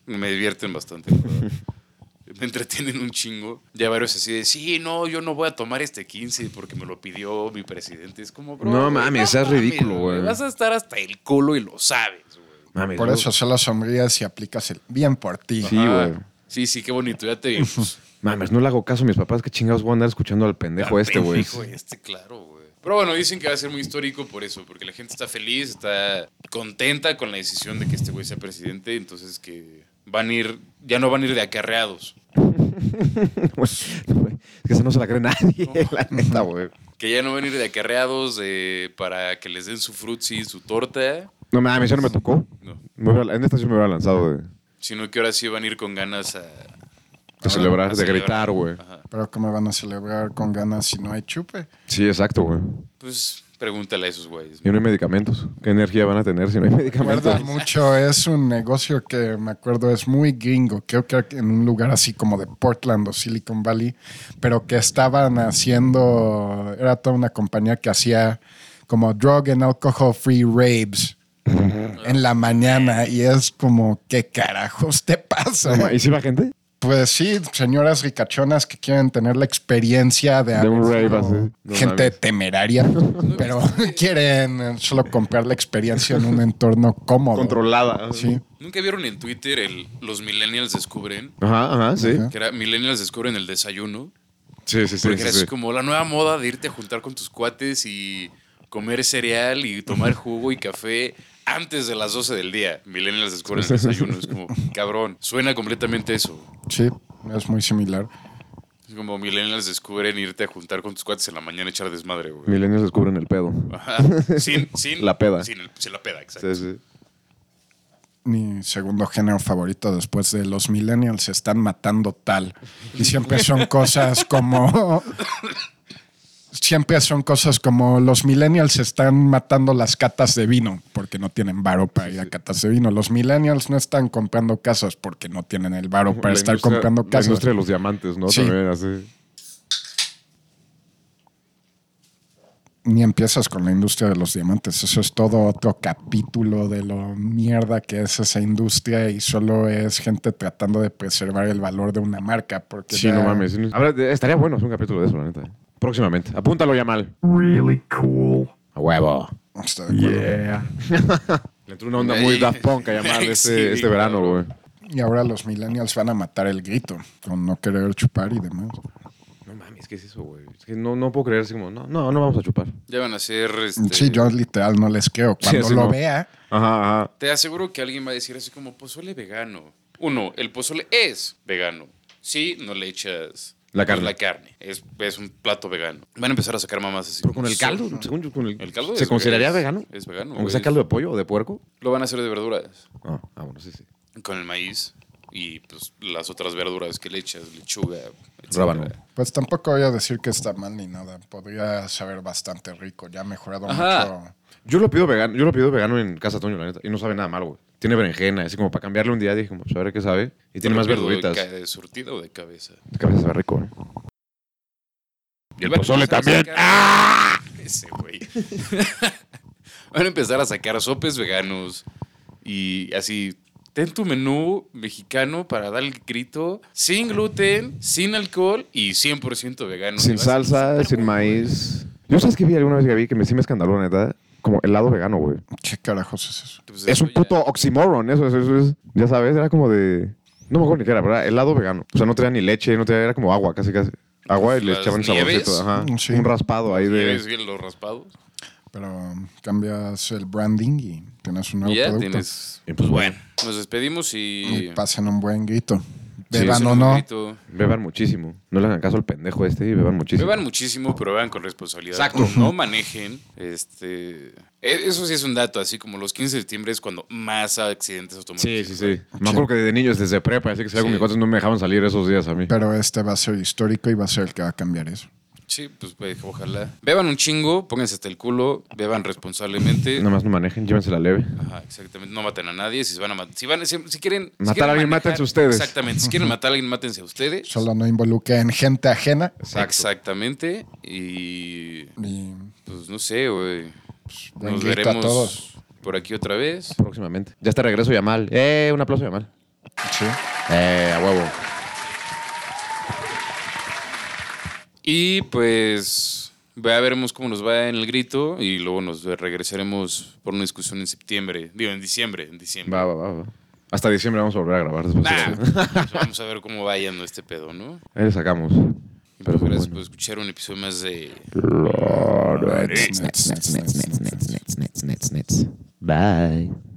Me divierten bastante, la verdad. Me entretienen un chingo. Ya varios así de, sí, no, yo no voy a tomar este 15 porque me lo pidió mi presidente. Es como, bro, No güey, mames, seas ridículo, güey. Vas a estar hasta el culo y lo sabes, güey. Mames, Por yo- eso solo sonríes y aplicas el bien por ti. Sí, Ah, güey. Sí, sí, qué bonito. Ya [LAUGHS] te pues, Mames, no le hago caso a mis papás que chingados voy a andar escuchando al pendejo al este, güey. pendejo Este, claro, güey. Pero bueno, dicen que va a ser muy histórico por eso, porque la gente está feliz, está contenta con la decisión de que este güey sea presidente, entonces que van a ir, ya no van a ir de acarreados. Güey, Pues, güey, es que eso no se la cree nadie, la neta, güey. Que ya no van a ir de acarreados eh, para que les den su frutzi, su torta, No mames, eso no me tocó. no. Me hubiera- en esta sí me hubiera lanzado de, de sino que ahora sí van a ir con ganas a... a- celebrar, a de gritar, güey. Ajá. Pero ¿cómo van a celebrar con ganas si no hay chupe? Sí, exacto, güey. Pues pregúntale a esos güeyes. Y no hay medicamentos. ¿Qué energía van a tener si no hay medicamentos? Recuerda mucho, es un negocio que me acuerdo es muy gringo. Creo que en un lugar así como de Portland o Silicon Valley, pero que estaban haciendo, era toda una compañía que hacía como drug and alcohol free raves en la mañana y es como, ¿qué carajos te pasa? ¿Y si va gente? Pues sí, señoras ricachonas que quieren tener la experiencia de, De un haber rave sido así. No gente mames. [LAUGHS] temeraria, pero [LAUGHS] quieren solo comprar la experiencia en un entorno cómodo. Controlada. Sí. ¿Nunca vieron en Twitter el Los Millennials Descubren? Ajá, ajá, sí. Ajá. Que era Millennials Descubren el Desayuno. Sí, sí, sí. Porque sí, era sí. así como la nueva moda de irte a juntar con tus cuates y comer cereal y [LAUGHS] tomar jugo y café antes de las 12 del día. Millennials descubren [LAUGHS] el desayuno. Es como, cabrón, suena completamente eso. Sí, es muy similar. Es como millennials descubren irte a juntar con tus cuates en la mañana y echar desmadre, [LAUGHS] güey. Milenios descubren el pedo. Ah, Ajá. Sin, sin- La peda. Sin, el- sin la peda, exacto. Sí, sí. Mi segundo género favorito después de los millennials se están matando tal. Y siempre [LAUGHS] son cosas como... Siempre son cosas como los millennials están matando las catas de vino porque no tienen varo para ir a catas de vino. Los millennials no están comprando casas porque no tienen el varo para La estar industria- comprando La casas. industria de los diamantes, ¿no? Sí. También así. Ni empiezas con la industria de los diamantes. Eso es todo otro capítulo de lo mierda que es esa industria y solo es gente tratando de preservar el valor de una marca. Porque Sí, ya- no mames. Ahora, de- estaría bueno hacer un capítulo de eso, la neta. Próximamente. Apúntalo ya mal. Really cool. A huevo. Estoy de acuerdo. Yeah. Le entró una onda muy Daft Punk a [LAUGHS] llamar Sí, este, este verano, güey. Y ahora los millennials van a matar el grito con no querer chupar y demás. No mames, ¿qué es eso, güey? Es que no, no puedo creer así como, no, no, no vamos a chupar. Ya van a ser. Este, Sí, yo literal no les creo. Sí, Cuando así lo no. vea, Ajá, ajá. Te aseguro que alguien va a decir así como pozole vegano. Uno, el pozole es vegano. Sí, no le echas La pues, carne. la carne. Es, es un plato vegano. Van a empezar a sacar mamás así. Pero con el caldo, según yo, con el, El caldo ¿Se es- consideraría es- vegano? es vegano, Aunque güey. sea caldo de pollo o de puerco. Lo van a hacer de verduras. Ah, ah, bueno, sí, sí. Con el maíz y pues las otras verduras que le echas, lechuga, etcétera. Rábano. Pues tampoco voy a decir que está mal ni nada. Podría saber bastante rico. Ya ha mejorado Ajá. mucho. Yo lo pido vegano, yo lo pido vegano en casa Toño, la neta, y no sabe nada mal, güey. Tiene berenjena, así como para cambiarle un día, dije, como, pues, a ver qué sabe. Y tiene más Pero, verduritas. ¿De, ca- de surtido o de cabeza? Cabeza sabe rico, ¿eh? Y el pozole también. ¡Ah! [LAUGHS] Ese güey. Van a empezar a sacar sopes veganos y así. Ten tu menú mexicano para dar el grito sin gluten, sin alcohol y 100% vegano. Y Sin vas a salsa, estar sin muy maíz. Yo sabes que vi alguna vez que vi que me, sí me escandaló, la neta. Como helado vegano, güey. ¿Qué carajos es eso? bueno. Pues Es eso un ya- puto oxymoron, eso, eso, eso es. Ya sabes, era como de. No me acuerdo ni qué era, pero era helado vegano. O sea, no traía ni leche, no traía, era como agua, casi casi. Agua y le Las echaban saborcito, nieves. ajá. Sí. Un raspado ahí ¿Ya ves de. bien los raspados? Pero um, cambias el branding y tienes Ah, un nuevo Y ya producto. tienes. Y pues bueno. Nos despedimos y. Mm, Y pasen un buen grito. Sí, Beban hacen o un no. grito. Beban muchísimo. No le hagan caso al pendejo este y beban muchísimo. Beban muchísimo, pero beban con responsabilidad. Exacto. No manejen. Este, e- eso sí es un dato, así como los 15 de septiembre es cuando más accidentes Sí, automovilísticos. sí, sí. Sí. Me acuerdo que de niños desde prepa, así que si hago Sí. mis cosas no me dejaban salir esos días a mí. Pero este va a ser histórico y va a ser el que va a cambiar eso. Sí, pues, pues, ojalá. Beban un chingo, pónganse hasta el culo, beban responsablemente. Nada más no manejen, llévensela leve. Ajá, exactamente. No maten a nadie. Si se van a matar, si van, si, si quieren si Matar a quieren alguien, mátense ustedes. Exactamente. Si quieren matar a alguien, mátense ustedes. Solo no involucren gente ajena. Exactamente. Y Y pues no sé, güey. buen Nos grito veremos a todos. por aquí otra vez. Próximamente. Ya está regreso Yamal. Eh, un aplauso Yamal. Sí. Eh, a huevo. Y pues ya veremos cómo nos va en el grito y luego nos regresaremos por una discusión en septiembre. Digo, en diciembre, en diciembre. Va, va, va, va. Hasta diciembre vamos a volver a grabar después. de Nah, eso. pues vamos a ver cómo va yendo este pedo, ¿no? Ahí le sacamos. Y Pero pues pues, gracias bueno. por escuchar un episodio más de... All right. Next, next, next, next, next. Nets, nets, nets, nets, nets, nets. Bye.